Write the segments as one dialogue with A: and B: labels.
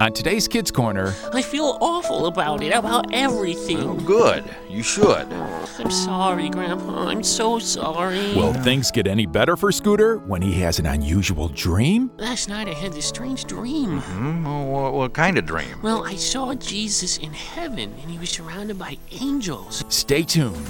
A: On today's Kids Corner,
B: I feel awful about it, about
C: Oh,
B: everything.
C: good. You should.
B: I'm sorry, Grandpa. I'm so sorry.
A: will things get any better for Scooter when he has an unusual dream?
B: Last night I had this strange dream.
C: Hmm? Well, what, what kind of dream?
B: Well, I saw Jesus in heaven, and he was surrounded by angels.
A: Stay tuned.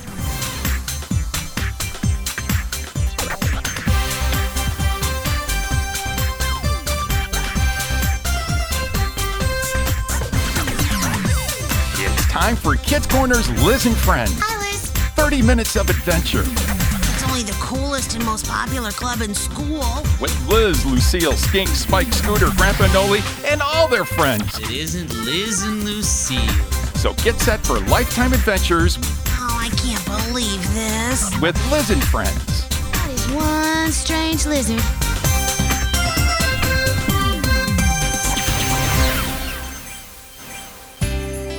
A: It's time for Kids Corner's Listen Friends
D: Hi, Liz.
A: 30 minutes of adventure
D: It's only the coolest and most popular club in school.
A: with Liz, Lucille, Skink, Spike, Scooter, Grandpa Noli, and all their friends.
E: It isn't Liz and Lucille.
A: So get set for lifetime adventures
D: Oh, I can't believe this.
A: with Liz and Friends.
D: That is one strange lizard.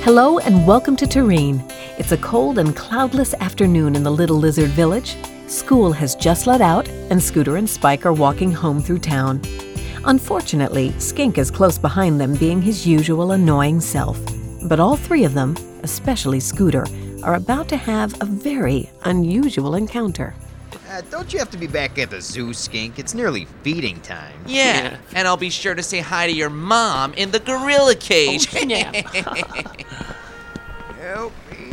F: Hello and welcome to Tureen. It's a cold and cloudless afternoon in the Little Lizard Village. School has just let out, and Scooter and Spike are walking home through town. Unfortunately, Skink is close behind them, being his usual annoying self. But all three of them, especially Scooter, are about to have a very unusual encounter.
G: Uh, don't you have to be back at the zoo, Skink? It's nearly feeding time.
E: Yeah.
B: Yeah.
E: And I'll be sure to say hi to your mom in the gorilla cage.
B: Oh, Snap.
G: Help me.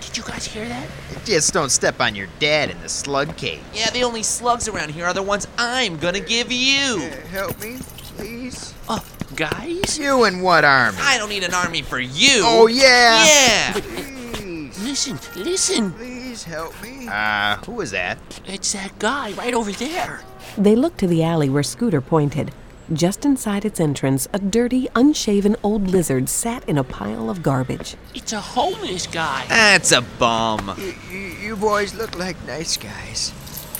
B: Did you guys hear that?
G: Just don't step on your dad in the slug cage.
E: yeah, the only slugs around here are the ones I'm gonna give you.
G: Uh, Help me, please.
B: Oh, guys?
G: You and what army?
E: I don't need an army for you.
G: Oh, yeah.
E: Yeah.
G: Please,
B: Listen, listen.
G: please help me. Uh, who was that?
B: It's that guy right over there.
F: They look to the alley where Scooter pointed. Just inside its entrance, a dirty, unshaven old lizard sat in a pile of garbage.
B: It's a homeless guy.
E: That's a bum.
G: You, you, you boys look like nice guys.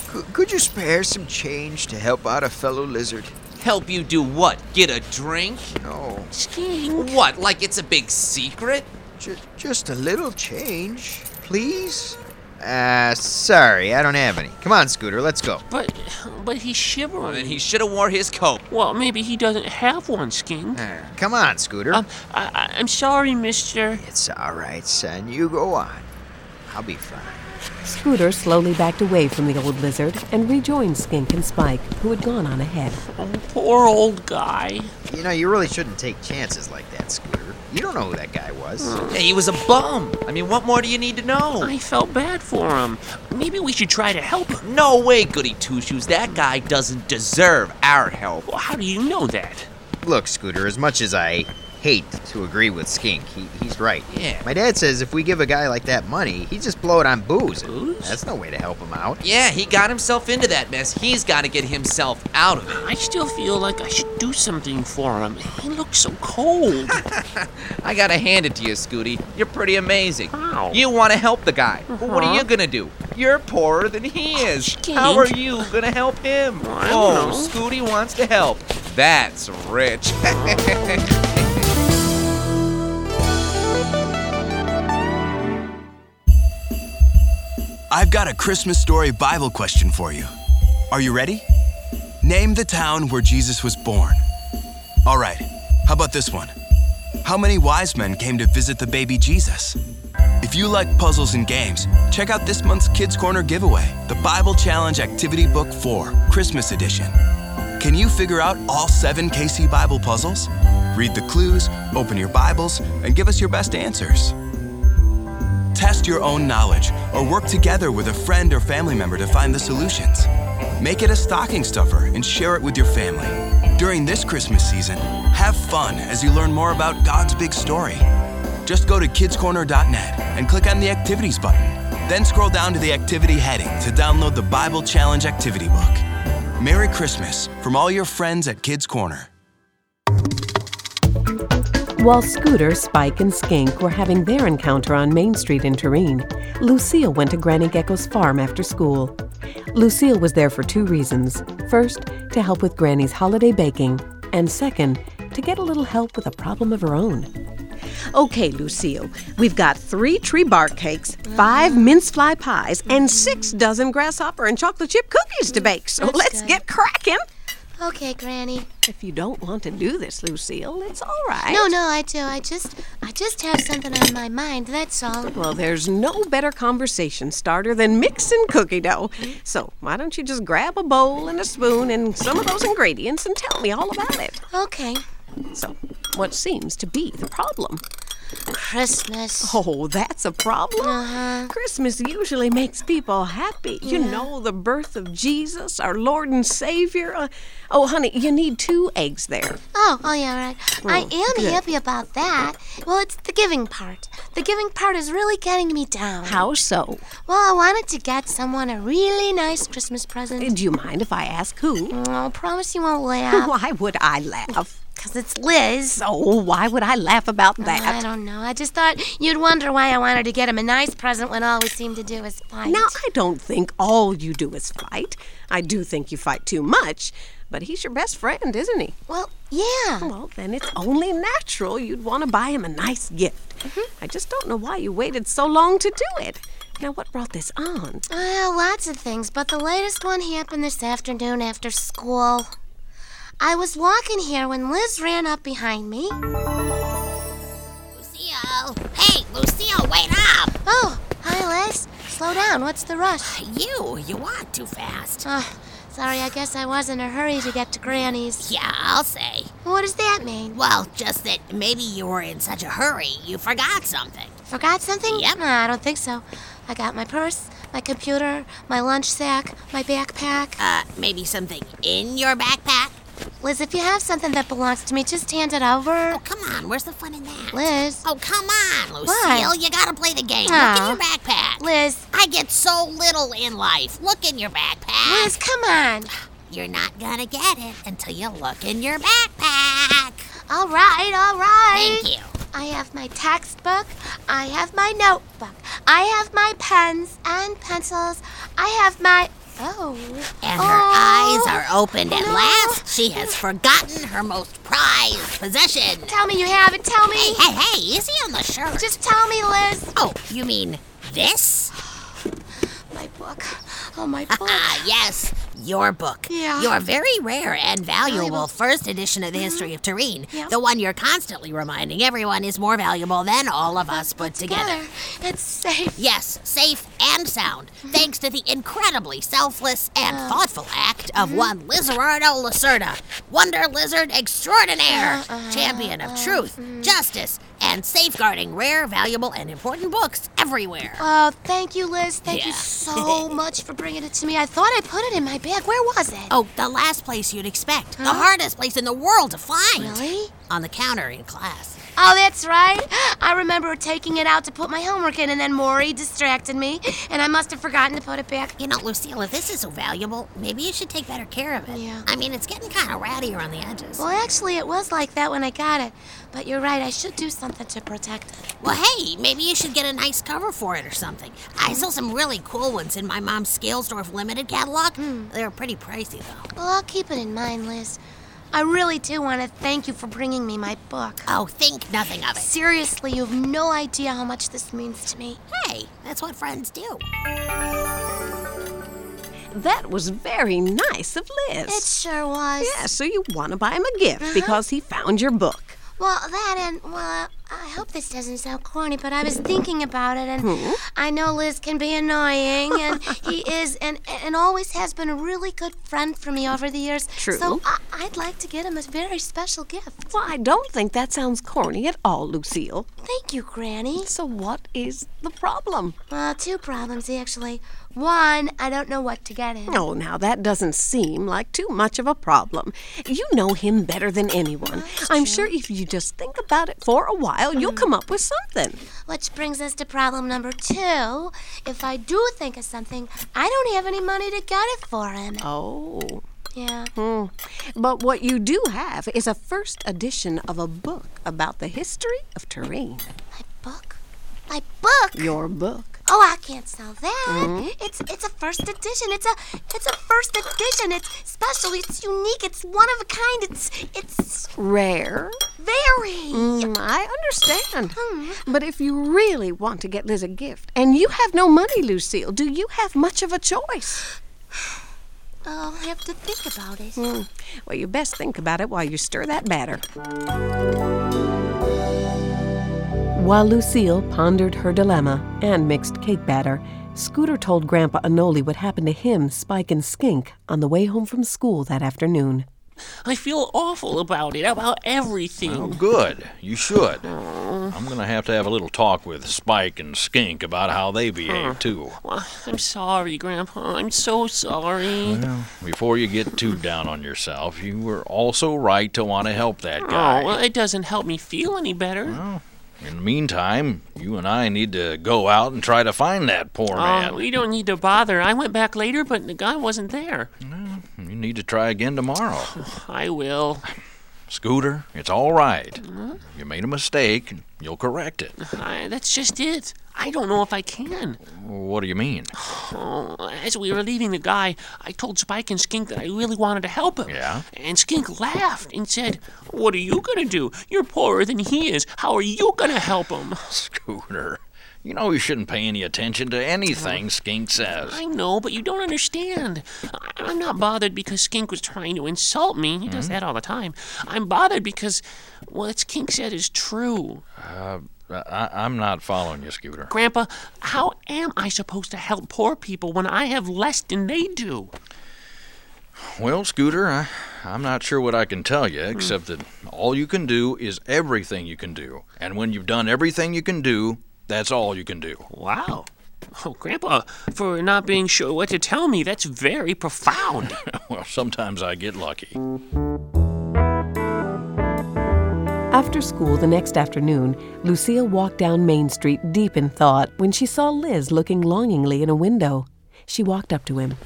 G: Could, could you spare some change to help out a fellow lizard?
E: Help you do what? Get a drink?
G: No,
B: Skiing.
E: What? Like it's a big secret?
G: ju- just a little change, please. Uh, sorry, I don't have any. Come on, Scooter, let's go.
B: But, but he's shivering.
E: Then he should have wore his coat.
B: well, maybe he doesn't have one, Skink.
G: Uh, come on, Scooter.
B: Um, I, I- I'm sorry, mister.
G: It's all right, son. You go on. I'll be fine.
F: Scooter slowly backed away from the old lizard and rejoined Skink and Spike, who had gone on ahead.
B: Oh, poor old guy.
G: You know, you really shouldn't take chances like that, Scooter. You don't know who that guy was.
B: Hmm.
E: Yeah, he was a bum. I mean, what more do you need to know?
B: I felt bad for him. Maybe we should try to help him.
E: No way, Goody Two Shoes. That guy doesn't deserve our help.
B: Well, how do you know that?
G: Look, Scooter, as much as I hate to agree with Skink, he, he's right.
E: Yeah.
G: My dad says if we give a guy like that money, he just blow it on booze.
B: Booze?
G: That's no way to help him out.
E: Yeah, he got himself into that mess. He's got to get himself out of it.
B: I still feel like I should do something for him. He looks so cold.
E: I gotta hand it to you, Scooty. You're pretty amazing.
B: Ow.
E: You want to help the guy, but what are
B: Uh-huh.
E: you gonna do? You're poorer than he is.
B: Skink.
E: How are you gonna help him?
B: I don't
E: oh,
B: know.
E: Scooty wants to help. That's rich.
H: I've got a Christmas story Bible question for you. Are you ready? Name the town where Jesus was born. All right, how about this one? How many wise men came to visit the baby Jesus? If you like puzzles and games, check out this month's Kids Corner giveaway the Bible Challenge Activity Book 4, Christmas Edition. Can you figure out all seven KC Bible puzzles? Read the clues, open your Bibles, and give us your best answers. Test your own knowledge or work together with a friend or family member to find the solutions. Make it a stocking stuffer and share it with your family. During this Christmas season, have fun as you learn more about God's big story. Just go to kidscorner.net and click on the activities button. Then scroll down to the activity heading to download the Bible Challenge activity book. Merry Christmas from all your friends at Kids Corner.
F: While Scooter, Spike, and Skink were having their encounter on Main Street in Tureen, Lucille went to Granny Gecko's farm after school. Lucille was there for two reasons. First, to help with Granny's holiday baking, and second, to get a little help with a problem of her own.
I: Okay, Lucille, we've got three tree bark cakes, five mince fly pies, and six dozen grasshopper and chocolate chip cookies to bake. So let's get cracking.
D: Okay, Granny.
F: If you don't want to do this, Lucille, it's all right.
J: No, no, I do. I just, I just have something on my mind. That's all.
F: Well, there's no better conversation starter than mixing cookie dough. So, why don't you just grab a bowl and a spoon and some of those ingredients and tell me all about it?
J: Okay.
F: So, what seems to be the problem?
J: Christmas. Uh-huh.
F: Oh, that's a problem. Christmas usually makes people happy. You know, the birth of Jesus, our Lord and Savior. Uh, oh, honey, you need two eggs there.
J: Oh, oh yeah, right. I am happy about that. Well, it's the giving part. The giving part is really getting me down.
F: How so?
J: Well, I wanted to get someone a really nice Christmas present.
F: Do you mind if I ask who?
J: Oh, I promise you won't laugh.
F: Why would I laugh?
J: Because it's Liz. Oh,
F: Oh, why would I laugh about
J: I
F: that?
J: don't know. I just thought you'd wonder why I wanted to get him a nice present when all we seemed to do was fight.
F: Now, I don't think all you do is fight. I do think you fight too much, but he's your best friend, isn't he?
J: Well, yeah.
F: Well, then it's only natural you'd want to buy him a nice gift.
J: Mm-hmm.
F: I just don't know why you waited so long to do it. Now, what brought this on?
J: Well, lots of things, but the latest one happened this afternoon after school. I was walking here when Liz ran up behind me.
G: Lucille! Hey, Lucille, wait up!
J: Oh, hi, Liz. Slow down. What's the rush?
G: You, you walk too fast.
J: Ah, sorry, I guess I was in a hurry to get to Granny's.
G: Yeah, I'll say.
J: What does that mean?
G: Well, just that maybe you were in such a hurry you forgot something.
J: Forgot something?
G: Yep.
J: Nah, I don't think so. I got my purse, my computer, my lunch sack, my backpack.
G: Uh, maybe something in your backpack?
J: Liz, if you have something that belongs to me, just hand it over.
G: Oh, come on, where's the fun in that?
J: Liz.
G: Oh, come on, Lucille,
J: What?
G: you gotta play the game.
J: Aw.
G: Look in your backpack.
J: Liz,
G: I get so little in life. Look in your backpack.
J: Liz, come on.
G: You're not gonna get it until you look in your backpack.
J: All right, all right.
G: Thank you.
J: I have my textbook. I have my notebook. I have my pens and pencils. I have my. Oh.
G: And her
J: Oh.
G: eyes are opened at
J: No.
G: last. She has forgotten her most prized possession.
J: Tell me you have it. Tell me.
G: Hey, hey, hey, easy on the shirt.
J: Just tell me, Liz.
G: oh, you mean this?
J: My book. Oh, my book.
G: Ah, yes, your book.
J: Yeah.
G: Your very rare and valuable, Mm-hmm. first edition of the history of Turin.
J: Yep.
G: The one you're constantly reminding everyone is more valuable than all of us put together.
J: Together. It's safe.
G: Yes, safe and sound, thanks to the incredibly selfless and
J: Oh.
G: thoughtful act of
J: Mm-hmm.
G: one Lizardo Lacerda, Wonder Lizard Extraordinaire,
J: Uh-uh.
G: champion of truth, justice, and safeguarding rare, valuable, and important books everywhere.
J: Oh, thank you, Liz. Thank you
G: Yeah.
J: so much for bringing it to me. I thought I put it in my bag. Where was it?
G: Oh, the last place you'd expect, the hardest place in the world to find.
J: Really?
G: On the counter in class.
J: Oh, that's right. I remember taking it out to put my homework in, and then Maury distracted me, and I must have forgotten to put it back.
G: You know, Lucille, if this is so valuable, maybe you should take better care of it.
J: Yeah.
G: I mean, it's getting kind of ratty around the edges.
J: Well, actually, it was like that when I got it. But you're right, I should do something to protect it.
G: Well, hey, maybe you should get a nice cover for it or something. I saw some really cool ones in my mom's Scalesdorf Limited catalog.
J: Hmm.
G: They were pretty pricey, though.
J: Well, I'll keep it in mind, Liz. I really do want to thank you for bringing me my book.
G: Oh, think nothing of it.
J: Seriously, you have no idea how much this means to me.
G: Hey, that's what friends do.
F: That was very nice of Liz.
J: It sure was. Uh-huh.
F: Yeah, so you want to buy him a gift because he found your book.
J: Well, that and, well, I hope this doesn't sound corny, but I was thinking about it, and
G: Hmm?
J: I know Liz can be annoying, and he is, and, and always has been a really good friend for me over the years.
F: True.
J: So I, I'd like to get him a very special gift.
F: Well, I don't think that sounds corny at all, Lucille.
J: Thank you, Granny.
F: So what is the problem?
J: Well, two problems, actually. One, I don't know what to get him.
F: Oh, now that doesn't seem like too much of a problem. You know him better than anyone. I'm sure if you just think about it for a while, you'll
J: Mm.
F: come up with something.
J: Which brings us to problem number two. If I do think of something, I don't have any money to get it for him.
F: Oh.
J: Yeah.
F: But what you do have is a first edition of a book about the history of Turin.
J: My book? My book?
F: Your book.
J: Oh, I can't sell that.
F: Mm-hmm.
J: It's it's a first edition. It's a it's a first edition. It's special. It's unique. It's one of a kind. It's it's
F: Rare?
J: very.
F: Mm, I understand. But if you really want to get Liz a gift, and you have no money, Lucille, do you have much of a choice?
J: Oh, I'll have to think about it.
I: Hmm. Well, you best think about it while you stir that batter.
F: While Lucille pondered her dilemma and mixed cake batter, Scooter told Grandpa Anoli what happened to him, Spike, and Skink on the way home from school that afternoon.
B: I feel awful about it, about everything.
C: Oh, good. You should. I'm going to have to have a little talk with Spike and Skink about how they behave, too.
B: Well, I'm sorry, Grandpa. I'm so sorry.
C: Before you get too down on yourself, you were also right to want to help that
B: oh, well,
C: guy.
B: it doesn't help me feel any better.
C: In the meantime, you and I need to go out and try to find that poor
B: Uh,
C: man.
B: we don't need to bother. I went back later, but the guy wasn't there.
C: You need to try again tomorrow.
B: I will.
C: Scooter, it's all right. You made a mistake, and you'll correct it.
B: I, that's just it. I don't know if I can.
C: What do you mean?
B: Oh, as we were leaving the guy, I told Spike and Skink that I really wanted to help him.
C: Yeah?
B: And Skink laughed and said, What are you going to do? You're poorer than he is. How are you going to help him?
C: Scooter, you know you shouldn't pay any attention to anything Skink says.
B: I know, but you don't understand. I- I'm not bothered because Skink was trying to insult me. He
C: Mm-hmm.
B: does that all the time. I'm bothered because what Skink said is true.
C: Uh, I, I'm not following you, Scooter.
B: Grandpa, how am I supposed to help poor people when I have less than they do?
C: Well, Scooter, I, I'm not sure what I can tell
B: Hmm.
C: you, except that all you can do is everything you can do. And when you've done everything you can do, that's all you can do.
B: Wow. Oh, Grandpa, for not being sure what to tell me, that's very profound.
C: well, sometimes I get lucky.
F: After school the next afternoon, Lucille walked down Main Street deep in thought when she saw Liz looking longingly in a window. She walked up to him.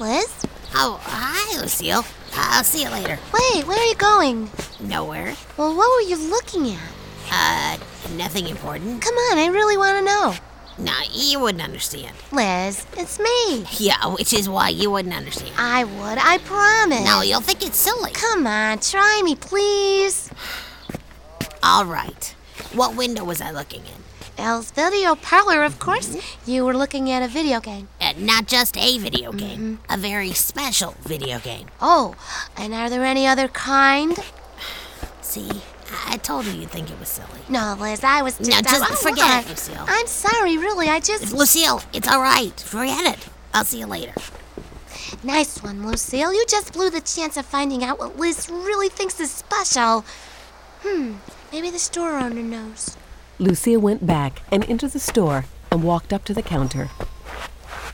J: Liz?
K: Oh, hi, Lucille. Uh, I'll see you later.
J: Wait, where are you going?
K: Nowhere.
J: Well, what were you looking at?
K: Uh, nothing important.
J: Come on, I really want to know.
K: Nah, you wouldn't understand.
J: Liz, it's me.
K: Yeah, which is why you wouldn't understand.
J: I would, I promise.
K: No, you'll think it's silly.
J: Come on, try me, please.
K: All right. What window was I looking in?
J: Elle's Video Parlor, of course. You were looking at a video game.
K: Uh, not just a video game, a very special video game.
J: Oh, and are there any other kind?
K: See, I, I told you you'd think it was silly.
J: No, Liz, I was just.
K: No, just
J: I- oh,
K: forget
J: why?
K: it, Lucille.
J: I'm sorry, really. I just.
K: Lucille, it's all right. Forget it. I'll see you later.
J: Nice one, Lucille. You just blew the chance of finding out what Liz really thinks is special. Hmm, maybe the store owner knows.
F: Lucille went back and into the store and walked up to the counter.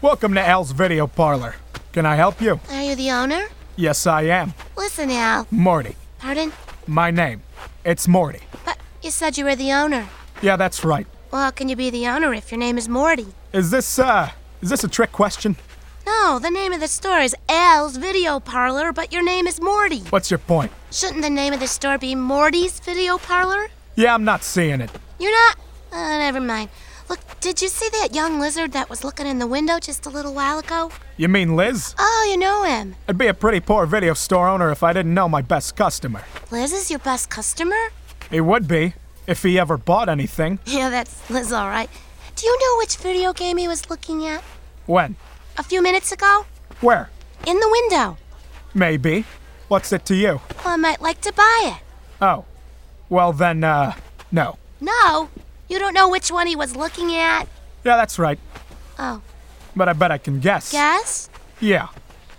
L: Welcome to Al's Video Parlor. Can I help you?
J: Are you the owner?
L: Yes, I am.
J: Listen, Al.
L: Morty.
J: Pardon?
L: My name. It's Morty.
J: But you said you were the owner.
L: Yeah, that's right.
J: Well, how can you be the owner if your name is Morty?
L: Is this, uh, is this a trick question?
J: No, the name of the store is Al's Video Parlor, but your name is Morty.
L: What's your point?
J: Shouldn't the name of the store be Morty's Video Parlor?
L: Yeah, I'm not seeing it.
J: You're not. Uh, never mind. Look, did you see that young lizard that was looking in the window just a little while ago?
L: You mean Liz?
J: Oh, you know him.
L: I'd be a pretty poor video store owner if I didn't know my best customer.
J: Liz is your best customer?
L: He would be, if he ever bought anything.
J: Yeah, that's Liz, all right. Do you know which video game he was looking at?
L: When?
J: A few minutes ago?
L: Where?
J: In the window.
L: Maybe. What's it to you?
J: Well, I might like to buy it.
L: Oh. Well, then, uh, no.
J: No, you don't know which one he was looking at.
L: Yeah, that's right.
J: Oh,
L: But I bet I can guess.
J: guess?
L: Yeah.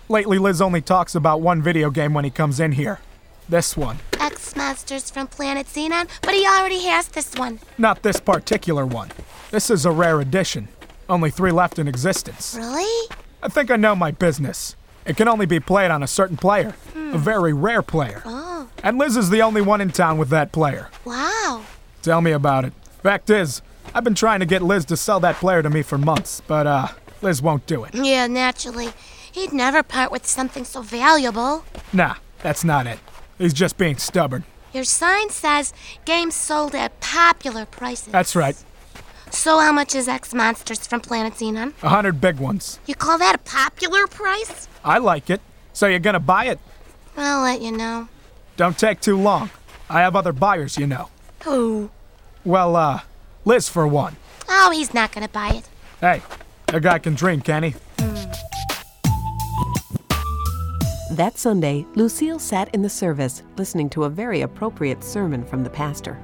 L: Lately, Liz only talks about one video game when he comes in here. This one.
J: X Monsters from Planet Xenon, but he already has this one.
L: Not this particular one. This is a rare edition. Only three left in existence.
J: Really?
L: I think I know my business. It can only be played on a certain player, a very rare player.
J: Hmm. Oh,
L: And Liz is the only one in town with that player.
J: wow.
L: Tell me about it. Fact is, I've been trying to get Liz to sell that player to me for months, but, uh, Liz won't do it.
J: Yeah, naturally. He'd never part with something so valuable.
L: Nah, that's not it. He's just being stubborn.
J: Your sign says games sold at popular prices.
L: That's right.
J: So, how much is X Monsters from Planet Xenon?
L: A hundred big ones.
J: You call that a popular price?
L: I like it. So you're gonna buy it?
J: I'll let you know.
L: Don't take too long. I have other buyers, you know.
J: Who?
L: Well, uh, Liz for one.
J: Oh, he's not gonna buy it.
L: Hey, a guy can dream, can he?
F: That Sunday, Lucille sat in the service listening to a very appropriate sermon from the pastor.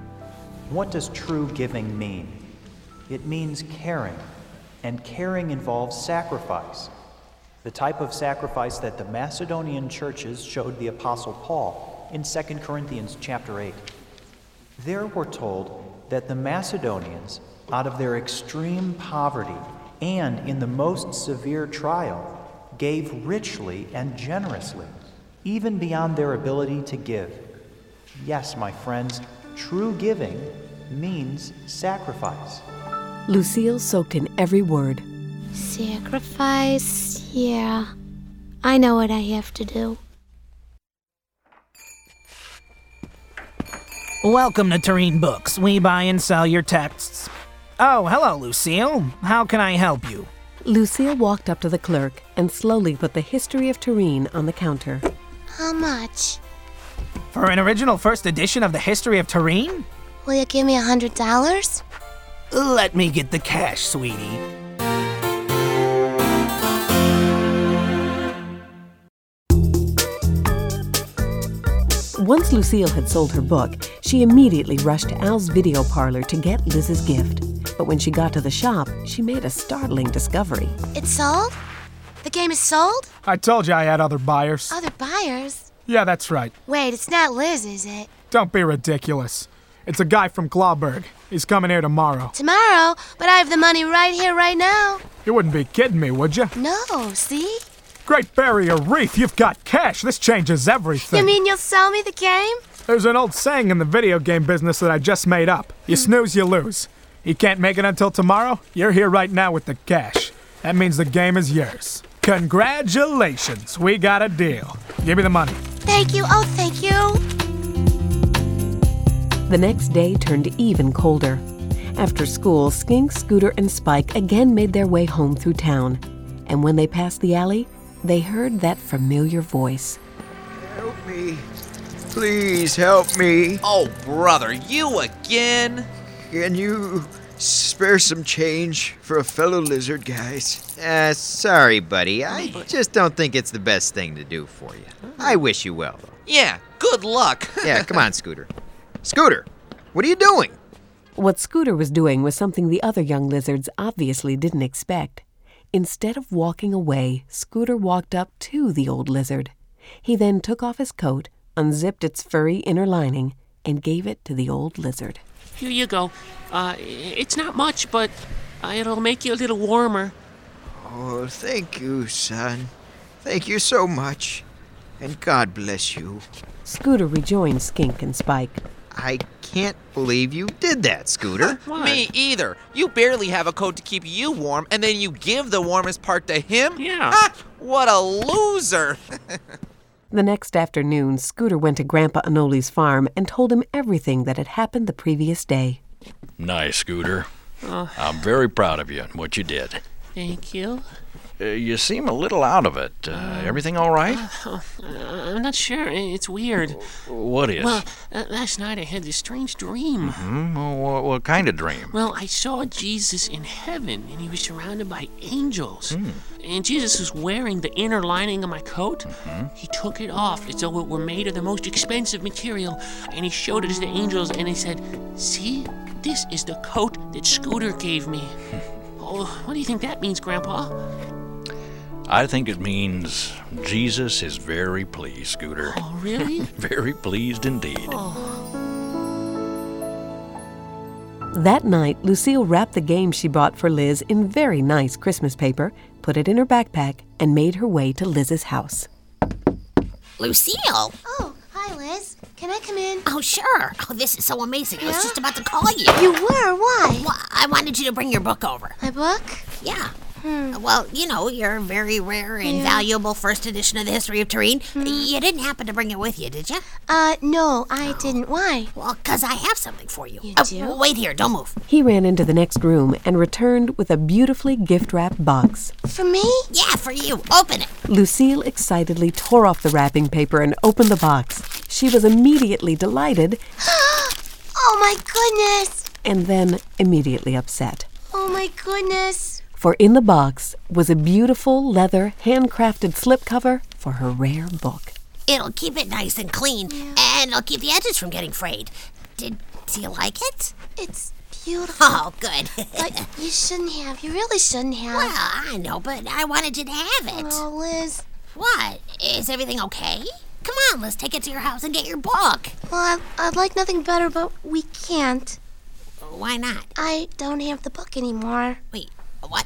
M: What does true giving mean? It means caring, and caring involves sacrifice, the type of sacrifice that the Macedonian churches showed the apostle Paul in 2 Corinthians chapter 8. There we're told that the Macedonians, out of their extreme poverty and in the most severe trial, gave richly and generously, even beyond their ability to give. Yes, my friends, true giving means sacrifice.
F: Lucille soaked in every word.
J: Sacrifice? Yeah. I know what I have to do.
N: Welcome to Terrene Books. We buy and sell your texts. Oh, hello, Lucille. How can I help you?
F: Lucille walked up to the clerk and slowly put the history of Tureen on the counter.
J: How much?
N: For an original first edition of the History of Terrene?
J: Will you give me a hundred dollars?
N: Let me get the cash, sweetie.
F: Once Lucille had sold her book, she immediately rushed to Al's video parlor to get Liz's gift. But when she got to the shop, she made a startling discovery.
J: It's sold? The game is sold?
L: I told you I had other buyers.
J: Other buyers?
L: Yeah, that's right.
J: Wait, it's not Liz, is it?
L: Don't be ridiculous. It's a guy from Glauberg. He's coming here tomorrow.
J: Tomorrow, but I have the money right here, right now.
L: You wouldn't be kidding me, would you?
J: No, see?
L: Great Barrier Reef, you've got cash. This changes everything.
J: You mean you'll sell me the game?
L: There's an old saying in the video game business that I just made up you snooze, you lose. You can't make it until tomorrow? You're here right now with the cash. That means the game is yours. Congratulations, we got a deal. Give me the money.
J: Thank you, oh, thank you.
F: The next day turned even colder. After school, Skink, Scooter, and Spike again made their way home through town. And when they passed the alley, they heard that familiar voice.
G: Help me. Please help me.
E: Oh, brother, you again?
G: Can you spare some change for a fellow lizard, guys? Uh, sorry, buddy. I just don't think it's the best thing to do for you. I wish you well, though.
E: Yeah, good luck.
G: Yeah, come on, Scooter. Scooter, what are you doing?
F: What Scooter was doing was something the other young lizards obviously didn't expect. Instead of walking away, Scooter walked up to the old lizard. He then took off his coat, unzipped its furry inner lining, and gave it to the old lizard.
B: Here you go. Uh, it's not much, but uh, it'll make you a little warmer.
G: Oh, thank you, son. Thank you so much. And God bless you.
F: Scooter rejoined Skink and Spike.
G: I can't believe you did that, Scooter.
E: Me either. You barely have a coat to keep you warm, and then you give the warmest part to him?
B: Yeah.
E: Ah, what a loser!
F: The next afternoon, Scooter went to Grandpa Anoli's farm and told him everything that had happened the previous day.
C: Nice, Scooter.
B: Oh.
C: I'm very proud of you and what you did.
B: Thank you.
C: Uh, you seem a little out of it. Uh, everything all right?
B: Uh, I'm not sure. I- It's weird.
C: What is?
B: Well, uh, last night I had this strange dream.
C: Hmm? What, what kind of dream?
B: Well, I saw Jesus in heaven, and he was surrounded by angels. And Jesus was wearing the inner lining of my coat. He took it off as though it were made of the most expensive material, and he showed it to the angels, and he said, See, this is the coat that Scooter gave me. oh, what do you think that means, Grandpa?
C: I think it means Jesus is very pleased, Scooter.
B: Oh, really? Oh.
C: very pleased indeed.
F: That night, Lucille wrapped the game she bought for Liz in very nice Christmas paper, put it in her backpack, and made her way to Liz's house.
K: Lucille?
J: Oh, hi, Liz. Can I come in?
K: Oh, sure. Oh, this is so amazing. I was
J: Yeah?
K: just about to call you.
J: You were? Why?
K: Well, I wanted you to bring your book over.
J: My book? Hmm.
K: Yeah. Well, you know, your very rare and
J: Yeah. Hmm.
K: valuable first edition of the History of Terrene. You didn't happen to bring it with you, did you?
J: Uh, no, I didn't. Why?
K: Well, because I have something for you. You do? Wait here, don't move.
F: He ran into the next room and returned with a beautifully gift wrapped box.
J: For me?
K: Yeah, for you. Open it.
F: Lucille excitedly tore off the wrapping paper and opened the box. She was immediately delighted
J: Oh my goodness!
F: and then immediately upset.
J: Oh my goodness!
F: For in the box was a beautiful leather handcrafted slipcover for her rare book.
K: It'll keep it nice and clean, and it'll keep the edges from getting frayed. Did do you like it?
J: It's beautiful.
K: Oh, good.
J: but you shouldn't have. You really shouldn't have.
K: Well, I know, but I wanted you to have it.
J: Oh, Liz.
K: What? Is everything okay? Come on, let's take it to your house and get your book.
J: Well, I'd, I'd like nothing better, but we can't.
K: Why not?
J: I don't have the book anymore.
K: Wait, what?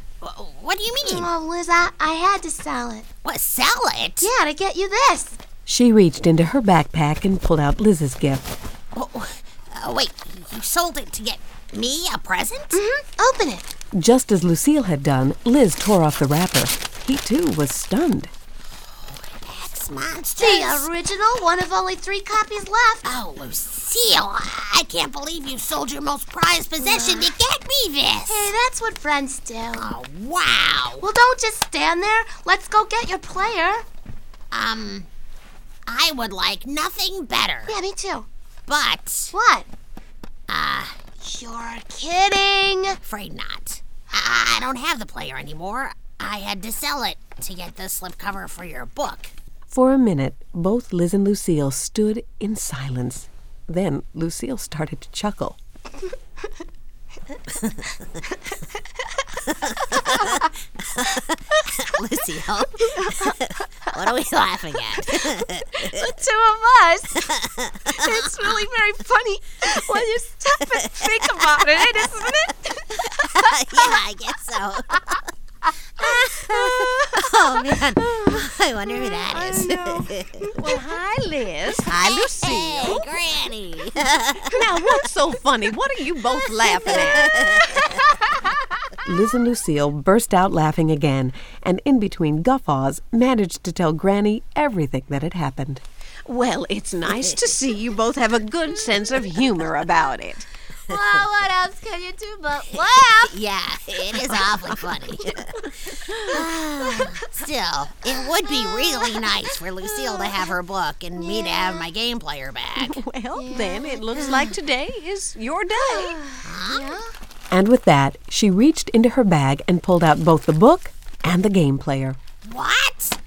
K: What do you mean?
J: Oh, Liz, I, I had to sell it.
K: What, sell it?
J: Yeah, to get you this.
F: She reached into her backpack and pulled out Liz's gift.
K: Oh, uh, wait, you sold it to get me a present?
J: Mm-hmm. Open it.
F: Just as Lucille had done, Liz tore off the wrapper. He too was stunned.
K: It's monsters.
J: The original, one of only three copies left.
K: Oh, Lucille, I can't believe you sold your most prized possession to get me this.
J: Hey, that's what friends do.
K: Oh, wow.
J: Well, don't just stand there. Let's go get your player.
K: Um, I would like nothing better.
J: Yeah, me too.
K: But.
J: What?
K: Uh,
J: you're kidding.
K: Afraid not. I don't have the player anymore. I had to sell it to get the slipcover for your book.
F: For a minute, both Liz and Lucille stood in silence. Then Lucille started to chuckle.
K: Lucille, what are we laughing at?
J: the two of us. It's really very funny when you stop and think about it, isn't it?
K: yeah, I guess so. oh man, I wonder who that is.
I: well, hi, Liz.
K: Hi, Lucille. Hey, Granny.
I: now, what's so funny? What are you both laughing at?
F: Liz and Lucille burst out laughing again, and in between guffaws, managed to tell Granny everything that had happened.
I: Well, it's nice to see you both have a good sense of humor about it.
J: Well, what else can you do but laugh?
K: yeah, it is awfully funny. Still, it would be really nice for Lucille to have her book and me to have my game player back.
I: Well, yeah. then it looks like today is your day. Huh?
F: Yeah. And with that, she reached into her bag and pulled out both the book and the game player.
K: What?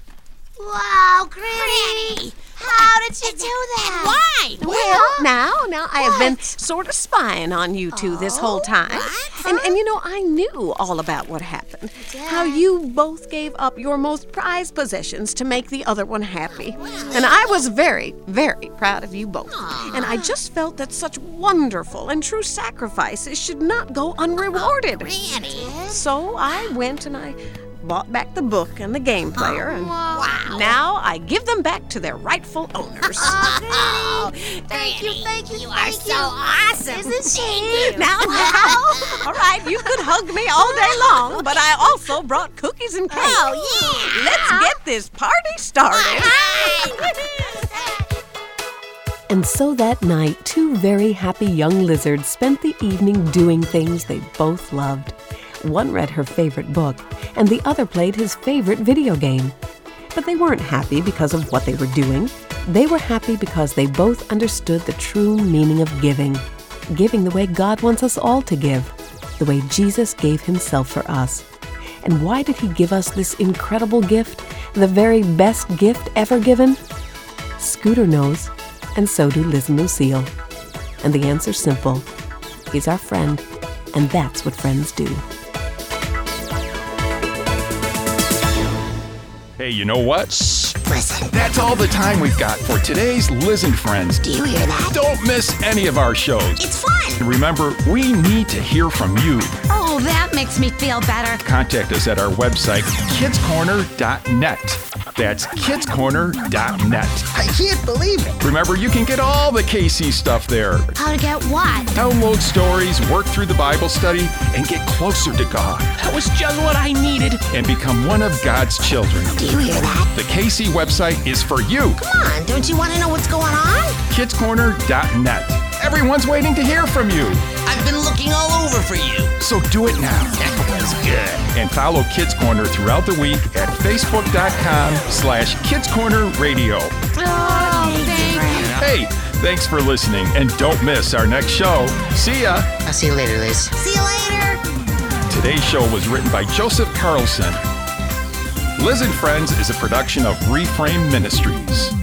J: Wow, Granny! Granny. How did you do that?
K: And why?
I: Well, now, now I have been sort of spying on you two this whole time.
K: Oh, What?
I: And and you know, I knew all about what happened. How you both gave up your most prized possessions to make the other one happy. And I was very, very proud of you both. And I just felt that such wonderful and true sacrifices should not go unrewarded.
K: Oh, Granny.
I: So I went and I bought back the book and the game player, and
K: wow.
I: now I give them back to their rightful owners.
J: oh, Granny. Thank you, thank you,
K: you
J: thank
K: are
J: you.
K: so awesome.
J: Isn't she?
K: Thank you.
I: Now, now, all right, you could hug me all day long, but I also brought cookies and cake.
K: Oh yeah!
I: Let's get this party started.
J: Uh-huh.
F: And so that night, two very happy young lizards spent the evening doing things they both loved. One read her favorite book, and the other played his favorite video game. But they weren't happy because of what they were doing. They were happy because they both understood the true meaning of giving giving the way God wants us all to give, the way Jesus gave himself for us. And why did he give us this incredible gift, the very best gift ever given? Scooter knows, and so do Liz and Lucille. And the answer's simple He's our friend, and that's what friends do.
A: Hey, you know what? Shh, listen. That's all the time we've got for today's Liz and Friends.
J: Do you hear that?
A: Don't miss any of our shows.
J: It's fun.
A: And remember, we need to hear from you.
D: Oh, that makes me feel better.
A: Contact us at our website, kidscorner.net. That's kidscorner.net.
G: I can't believe it.
A: Remember, you can get all the KC stuff there.
J: How to get what?
A: Download stories, work through the Bible study, and get closer to God.
B: That was just what I needed.
A: And become one of God's children.
J: Do you hear that?
A: The KC website is for you.
J: Come on, don't you want to know what's going on?
A: Kidscorner.net. Everyone's waiting to hear from you.
E: I've been looking all over for you.
A: So do it now. That was good. And follow Kids Corner throughout the week at facebook.com slash kidscornerradio.
J: Oh, thank you.
A: Hey, thanks for listening and don't miss our next show. See ya.
G: I'll see you later, Liz.
J: See you later.
A: Today's show was written by Joseph Carlson. Lizard Friends is a production of Reframe Ministries.